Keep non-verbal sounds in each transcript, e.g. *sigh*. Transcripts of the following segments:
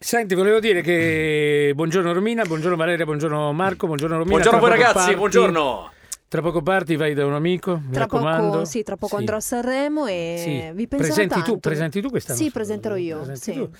Senti, volevo dire che buongiorno Romina, buongiorno Valeria, buongiorno Marco, buongiorno Romina. Buongiorno Tra a voi poco ragazzi, parti- buongiorno. Tra poco parti, vai da un amico, mi Tra raccomando. poco, sì, tra poco andrò a Sanremo e Sì. vi penserò presenti tanto. tu, presenti tu quest'anno. Sì, scusa, presenterò io. presenti sì. tu.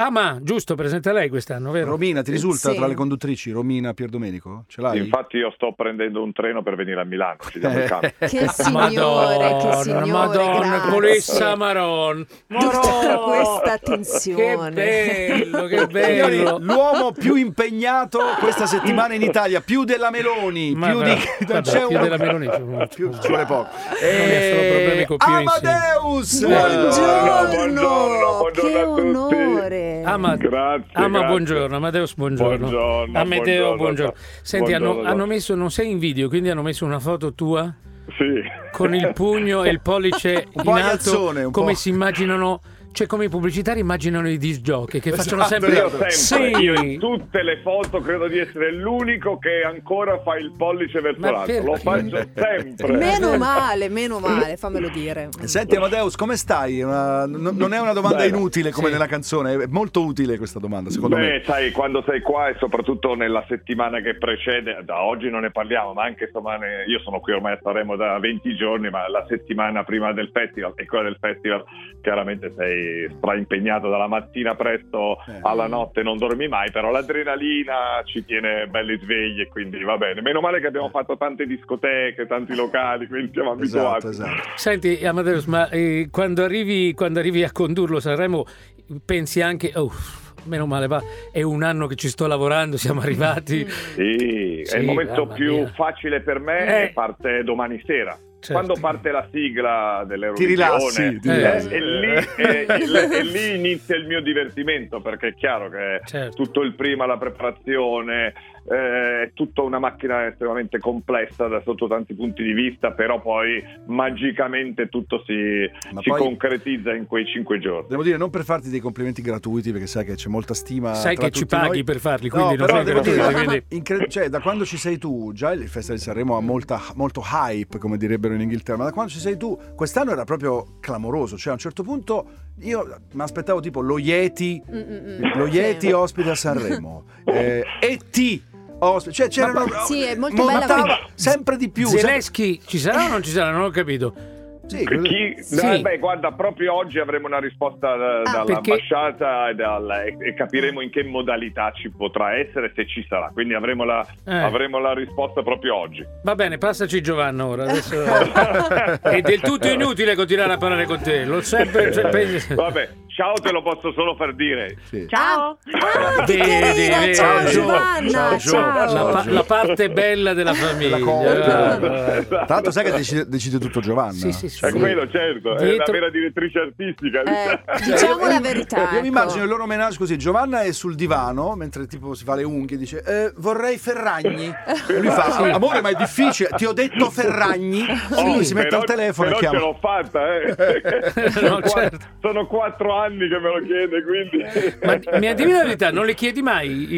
Ah, ma giusto, presenta lei quest'anno, vero? Romina, ti risulta Sì. tra le conduttrici Romina Pierdomenico? Ce l'hai? Infatti io sto prendendo un treno per venire a Milano, *laughs* ci diamo il cambio. Che signore, Madonna, che signore, Madonna, grazie. Colessa Maron. Tutta Maron! questa Che attenzione. bello, che Signori, bello. l'uomo più impegnato questa settimana in Italia, più della Meloni, Ma più però- di vabbè, più uno- della Meloni, c'è uno- più, ci vuole poco. Eh, sono problemi con più Amadeus! Buongiorno, Buongiorno, buongiorno che a tutti. onore. Ama, Grazie, Ama, grazie. ah, buongiorno, Amadeus buongiorno. Buongiorno, Amedeo buongiorno. buongiorno. Senti, hanno- Buongiorno. hanno messo, non sei in video, quindi hanno messo una foto tua Sì. con il pugno e il pollice *laughs* Un in po' alto, aiazzone, un po'. come si immaginano, cioè come i pubblicitari immaginano i disc jockey che facciano Esatto, sempre io Sempre. Sì. Io in tutte le foto credo di essere l'unico che ancora fa il pollice verso Ma l'alto. Lo perché? *laughs* faccio sempre. Meno male, meno male, fammelo dire. Mm, Senti Amadeus, come stai? Una- non non è una domanda Bene. inutile come Sì. nella canzone, è molto utile questa domanda, secondo Beh, me. sai, quando sei qua e soprattutto nella settimana che precede, da oggi non ne parliamo, ma anche domani, io sono qui ormai a Sanremo da 20 giorni, ma la settimana prima del festival e quella del festival chiaramente sei straimpegnato dalla mattina presto Eh. alla notte, non dormi mai, però l'adrenalina ci tiene belli svegli e quindi va bene. Meno male che Eh. abbiamo fatto tante discoteche, tanti locali, quindi siamo abituati. Esatto, esatto. Senti Amadeus, ma eh, quando, arrivi, quando arrivi a condurlo Sanremo pensi anche, oh, meno male va, è un anno che ci sto lavorando, siamo arrivati. Mm. Sì, Sì, è il momento mamma più mia. facile per me Eh. e parte domani sera. Certo. Quando parte la sigla Ti rilassi, dell'Eurovisione, ti Eh, rilassi. e, lì, e- e *laughs* l- e lì inizia il mio divertimento perché è chiaro che Certo. tutto il prima, la preparazione, eh, è tutta una macchina estremamente complessa da sotto tanti punti di vista, però poi magicamente tutto si, Ma si poi- concretizza in quei cinque giorni. Devo dire, non per farti dei complimenti gratuiti, perché sai che c'è molta stima. Sai tra che ci tutti paghi noi. per farli, No, quindi non però sei devo gratuito, dire, quindi- *laughs* incre- cioè, da quando ci sei tu, già il Festival di Sanremo ha molta, molto hype, come direbbero in Inghilterra, ma da quando ci sei tu, quest'anno era proprio clamoroso. Cioè, a un certo punto io mi aspettavo tipo lo Yeti, Mm, mm, mm. lo Sì. Yeti ospita *laughs* Sanremo, eh, E.T. ospita, cioè c'erano. Ma- sì, è molto montava bella quella- sempre di più. sempre- Zelensky ci sarà o non ci sarà? Non ho capito. Sì, Per credo- chi- Sì. Ah, eh, beh, guarda, proprio oggi avremo una risposta eh, dall'ambasciata e, dal- e- e capiremo in che modalità ci potrà essere, se ci sarà. Quindi avremo la, Eh. avremo la risposta proprio oggi. Va bene, passaci Giovanna ora. Adesso... *laughs* È del tutto inutile continuare a parlare con te. L'ho sempre. cioè, penso- *laughs* Vabbè, ciao, te lo posso solo far dire. sì. Ciao. Ah, che Vedi, carina, vedi. ciao Ciao, Giovanna, ciao. Gio. La, pa- la parte bella della famiglia. coppia. guarda. Tanto sai che decide, decide tutto Giovanna. Cioè, Sì, sì, sì. È quello, certo, è la Dietro- vera direttrice artistica. Eh, diciamo la verità. Io mi immagino il ecco. loro menage così: Giovanna è sul divano mentre tipo si fa le unghie e dice "Eh, vorrei Ferragni. E lui fa: Amore, ma è difficile, ti ho detto Ferragni. Oh, lui si mette però- al telefono e però chiama. ce l'ho *laughs* fatta, eh. No, sono, qua- certo. sono quattro anni che me lo chiede, quindi... Ma mi dimmi la verità, non le chiedi mai.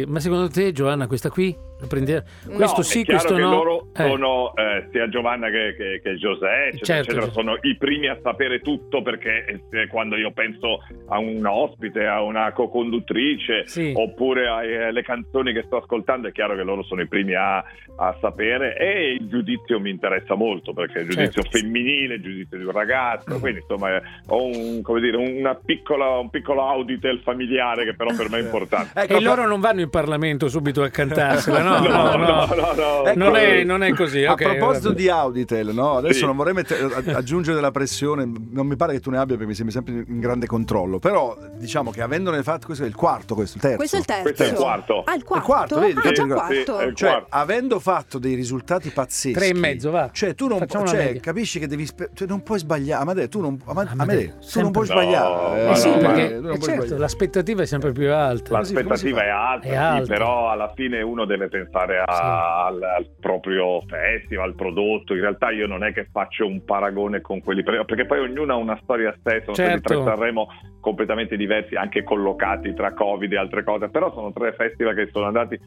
eh, Ma secondo te, Giovanna, questa qui? la prende- Questo No, sì, è chiaro questo che no. loro Eh, sono eh, sia Giovanna che, che, che Giuseppe, eccetera, Certo, eccetera, certo. sono i primi a sapere tutto perché eh, quando io penso a un ospite, a una co-conduttrice Sì. oppure alle canzoni che sto ascoltando, è chiaro che loro sono i primi a, a sapere e il giudizio mi interessa molto perché il giudizio Certo. Mm. femminile, il giudizio di un ragazzo, quindi insomma eh, ho un, come dire, una piccola, un piccolo auditel familiare che *laughs* però per me è importante. Ecco, E loro non vanno in Parlamento subito a cantarsela, *laughs* no? no, no. no, Ecco, Non, è, non è così. A ok, proposito vabbè. di Auditel, no? adesso Sì. non vorrei mette- a- aggiungere della pressione, non mi pare che tu ne abbia perché mi sembri sempre in grande controllo, però diciamo che avendone fatto questo è il quarto, questo il terzo. Questo è il terzo. Questo è il quarto. Ah, il quarto. quarto, vedi, Ah, vedi, già sì, quarto. sì, è il Cioè, Quarto. avendo fatto dei risultati pazzeschi, Tre e mezzo, va. Cioè, tu non, Facciamo pu- una cioè, media. capisci che devi spe- cioè, non puoi sbagliare. Amadeo, tu non, Ama- Amadeo, Amadeo, tu sempre. non puoi No, sbagliare. ma Eh no, sì, ma- perché tu non eh, puoi certo, sbagliare. l'aspettativa è sempre più alta. L'aspettativa è alta, È sì, alta. però alla fine uno deve pensare a- Sì. al, al proprio festival, al prodotto. In realtà io non è che faccio un paragone con quelli pre- perché poi ognuno ha una storia a sé, sono stati Certo. tre Sanremo completamente diversi, anche collocati tra Covid e altre cose, però sono tre festival che sono andati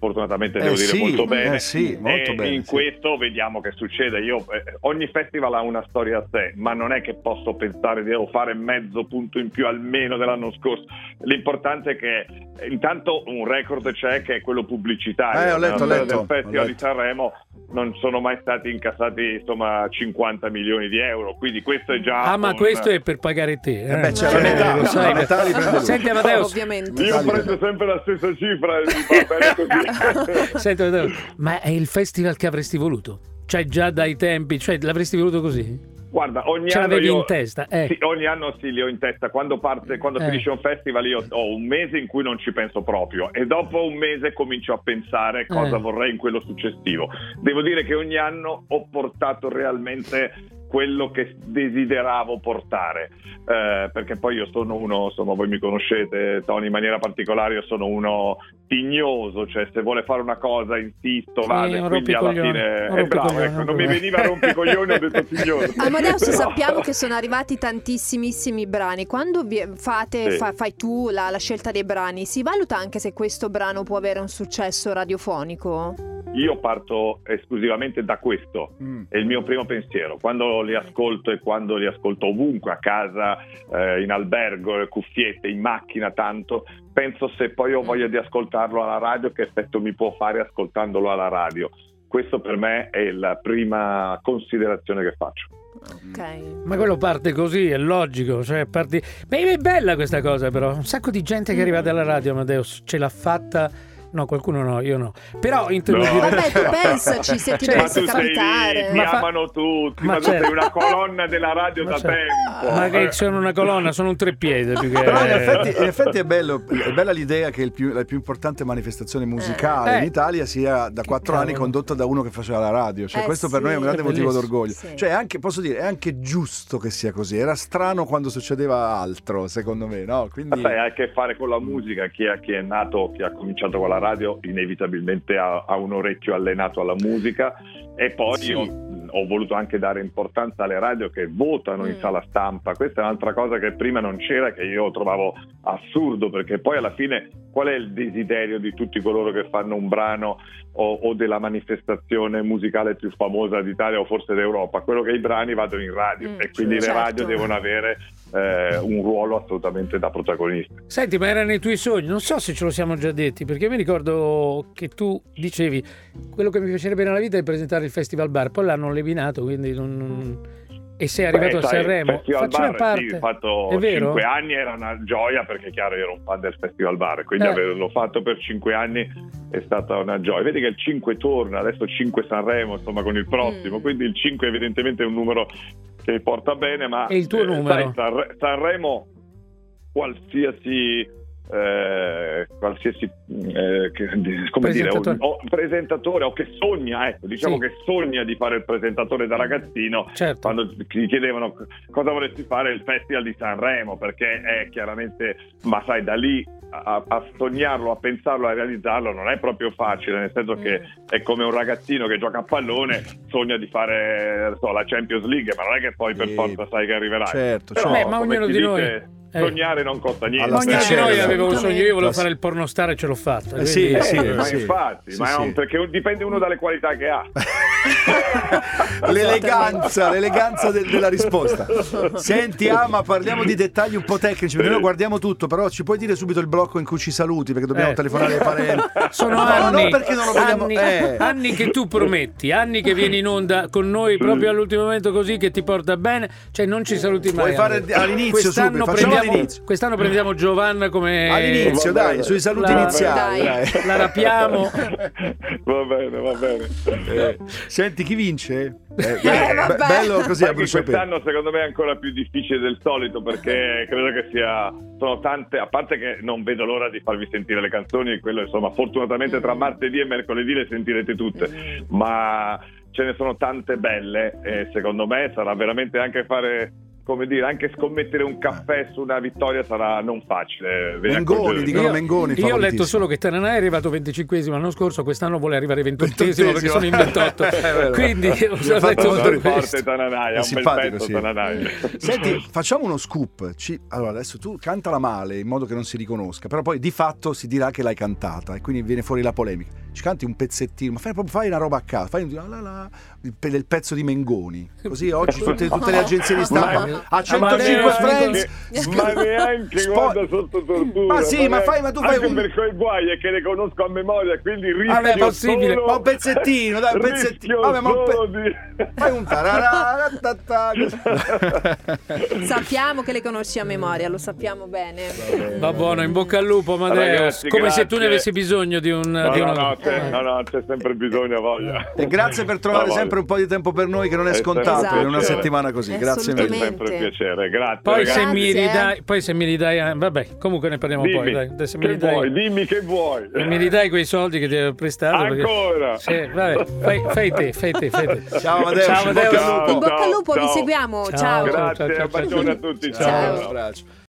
fortunatamente Eh devo dire sì, molto bene. eh sì, molto e bene, in sì. questo vediamo che succede. Io, eh, ogni festival ha una storia a sé, ma non è che posso pensare di devo fare mezzo punto in più almeno dell'anno scorso. L'importante è che eh, intanto un record c'è che è quello pubblicitario. Eh, ho letto, ho Nella storia letto, del Festival ho letto. di Sanremo non sono mai stati incassati insomma 50 milioni di euro, quindi questo è già Ah, ma un- questo è per pagare te. Eh, beh, c'è la metà, lo la sai. metà li prende lui. Senti, Amadeus, Ah, Ovviamente. Io prendo sempre la stessa cifra e mi va bene *laughs* così. senti, Amadeus, ma è il festival che avresti voluto? Cioè, già dai tempi, cioè, l'avresti voluto così? Guarda, ogni Ce anno l'avevi io- in testa, eh. Sì, ogni anno sì, li ho in testa. Quando parte, quando Eh. finisce un festival, io ho un mese in cui non ci penso proprio, e dopo un mese comincio a pensare cosa Eh. vorrei in quello successivo. Devo dire che ogni anno ho portato realmente quello che desideravo portare Eh, perché poi io sono uno insomma voi mi conoscete Tony in maniera particolare io sono uno tignoso cioè se vuole fare una cosa insisto Sì, vado un quindi alla rompicoglione, fine un è bravo rompicoglione, ecco, un non mi rompicoglione. veniva rompicoglione ho *laughs* detto tignoso *laughs* Amadeus Però- sappiamo che sono arrivati tantissimissimi brani. Quando vi- fate, Sì. fa- fai tu la, la scelta dei brani, si valuta anche se questo brano può avere un successo radiofonico? Io parto esclusivamente da questo, Mm. è il mio primo pensiero. Quando li ascolto e quando li ascolto ovunque, a casa, eh, in albergo, eh, cuffiette, in macchina, tanto, penso se poi ho voglia di ascoltarlo alla radio, che effetto mi può fare ascoltandolo alla radio. Questo per me è la prima considerazione che faccio. Mm. Ok. Ma quello parte così, è logico. Cioè parti... Beh, è bella questa cosa, però. Un sacco di gente che è arrivata alla radio, Amadeus, ce l'ha fatta. No, qualcuno no, io no. Però intendo No. dire. Vabbè, tu pensaci se ti Cioè, *laughs* ma dovesse tu sei lì, capitare. mi Ma fa- amano tutti, ma ma, tu certo. sei una colonna della radio Ma da certo. tempo. Ma che Eh. sono una colonna, sono un treppiede più che. Però in effetti, in effetti è, bello, è bella l'idea che il più- la più importante manifestazione musicale Eh. in Italia sia da Che quattro anni cavolo. condotta da uno che faceva la radio. Cioè, Eh questo per noi è un sì. grande È motivo bellissimo. d'orgoglio. Sì. Cioè, è anche, posso dire, è anche giusto che sia così. Era strano quando succedeva altro, secondo me, no? Quindi... Vabbè, ha a che fare con la musica, chi è, chi è nato, chi ha cominciato con la radio inevitabilmente ha, ha un orecchio allenato alla musica e poi Sì. io mh, ho voluto anche dare importanza alle radio che votano in Mm. sala stampa, questa è un'altra cosa che prima non c'era che io trovavo assurdo perché poi alla fine qual è il desiderio di tutti coloro che fanno un brano o, o della manifestazione musicale più famosa d'Italia o forse d'Europa? Quello che i brani vadano in radio Mm, e quindi certo. le radio devono avere eh, un ruolo assolutamente da protagonista. Senti, ma erano i tuoi sogni? Non so se ce lo siamo già detti, perché mi ricordo che tu dicevi quello che mi piacerebbe nella vita è presentare il Festival Bar, poi l'hanno levinato, quindi non- non- E sei arrivato Beh, a sai, Sanremo, Festival facci una Bar, parte. Sì, ho fatto È vero? 5 anni, era una gioia perché chiaro ero un fan del Festival Bar, quindi Eh. averlo fatto per 5 anni è stata una gioia. Vedi che il 5 torna, adesso 5 Sanremo, insomma con il prossimo, Mm. quindi il 5 evidentemente è un numero che porta bene, ma eh, È il tuo numero. sai, Sanre- Sanremo qualsiasi eh, qualsiasi eh, che- come dire, Presentatore. o- o presentatore o che sogna, ecco, diciamo Sì. che sogna di fare il presentatore da ragazzino Certo. quando gli chiedevano cosa vorresti fare il Festival di Sanremo, perché è chiaramente, ma sai, da lì a, a sognarlo, a pensarlo, a realizzarlo non è proprio facile, nel senso che Mm. è come un ragazzino che gioca a pallone, sogna di fare non so, la Champions League, ma non è che poi per Sì. forza sai che arriverà. Certo, Però, Beh, certo. ma come ognuno si di noi- dice, eh. Sognare non costa niente. Alla Ma ognuno di stasera. noi aveva un sogno, io volevo La- fare il pornostar e ce l'ho fatta. Eh, quindi- Eh, Sì, ma sì. infatti, Sì, ma è un- sì. perché dipende uno dalle qualità che *laughs* ha. l'eleganza, l'eleganza de- della risposta. Senti, Ama, parliamo di dettagli un po' tecnici. Perché noi guardiamo tutto, però ci puoi dire subito il blocco in cui ci saluti? Perché dobbiamo Eh. telefonare ai parenti. *laughs* Sono No, anni, No, perché non lo vogliamo. anni, eh. anni che tu prometti, anni che vieni in onda con noi proprio all'ultimo momento così che ti porta bene, cioè non ci saluti mai. Mm. Vuoi fare Ale. all'inizio, Quest'anno, subito, facciamo prendiamo, all'inizio. quest'anno prendiamo Giovanna come All'inizio, vabbè, dai, vabbè. sui saluti La- iniziali. Dai. dai. La rapiamo. *laughs* va bene, va bene. Eh, Senti, chi vince? Eh, Eh, be- vabbè. bello così a Sai che bruciapelo. quest'anno secondo me è ancora più difficile del solito perché credo che sia sono tante a parte che non vedo l'ora di farvi sentire le canzoni e quello insomma fortunatamente tra martedì e mercoledì le sentirete tutte ma ce ne sono tante belle e secondo me sarà veramente anche fare come dire anche scommettere un caffè su una vittoria sarà non facile ve ne Mengoni, accorgerete. dicono Io- Mengoni. Io ho letto favoritissimo. solo che Tananai è arrivato 25esimo l'anno scorso, quest'anno vuole arrivare 28esimo Ventottesimo. perché sono in 28. *laughs* Eh, È vero. *laughs* Quindi Mi ha ho già fatto letto molto tutto Tanto ridere. forte questo. Tananai, È ha un bel simpatico, pezzo sì. Tananai. *laughs* Senti, facciamo uno scoop. Ci- Allora, adesso tu cantala male in modo che non si riconosca, però poi di fatto si dirà che l'hai cantata e quindi viene fuori la polemica. ci canti un pezzettino, ma fai, proprio- fai una roba a caso, fai un, ah, la, la, la, il pe- del pezzo di Mengoni. Così oggi tutte, tutte le agenzie di stampa Ma- a 105 ma- friends. *laughs* ma neanche Spo- guarda sotto tortura Ma sì, ma neanche- fai- ma tu fai anche un- perché il guai è che le conosco a memoria quindi rischio Vabbè, è possibile. solo- Ma un pezzettino, dai, un *laughs* rischio pezzettino. Vabbè, ma un pe- solo di- *laughs* Fai un tarararatatà. Sappiamo che le conosci a memoria, lo sappiamo bene. Va buono, in bocca al lupo, Amadeus. Ragazzi, Come se tu ne grazie. avessi bisogno di un. *laughs* No, di no, una- no, c'è, no, no, c'è sempre bisogno, voglia. E grazie per trovare No, voglia. sempre un po' di tempo per noi che non è È sempre scontato Esatto. in una piacere. settimana così. Grazie È mille. Assolutamente. sempre un piacere, grazie. Poi ragazzi. se, mi Grazie, eh. ridai, poi se mi ridai, eh, vabbè, comunque ne parliamo dimmi, poi. Dai. Se mi che ridai, vuoi, dimmi che vuoi. se mi ridai quei soldi che ti avevo prestato. perché- Ancora? Sì, vabbè, fai, fai te, fai te, fai te. Ciao, Amadeus. Ciao, Amadeus. In bocca al lupo, ciao. vi seguiamo. Ciao. ciao. Ciao. Grazie, un bacione a tutti, Ciao. ciao. Un abbraccio.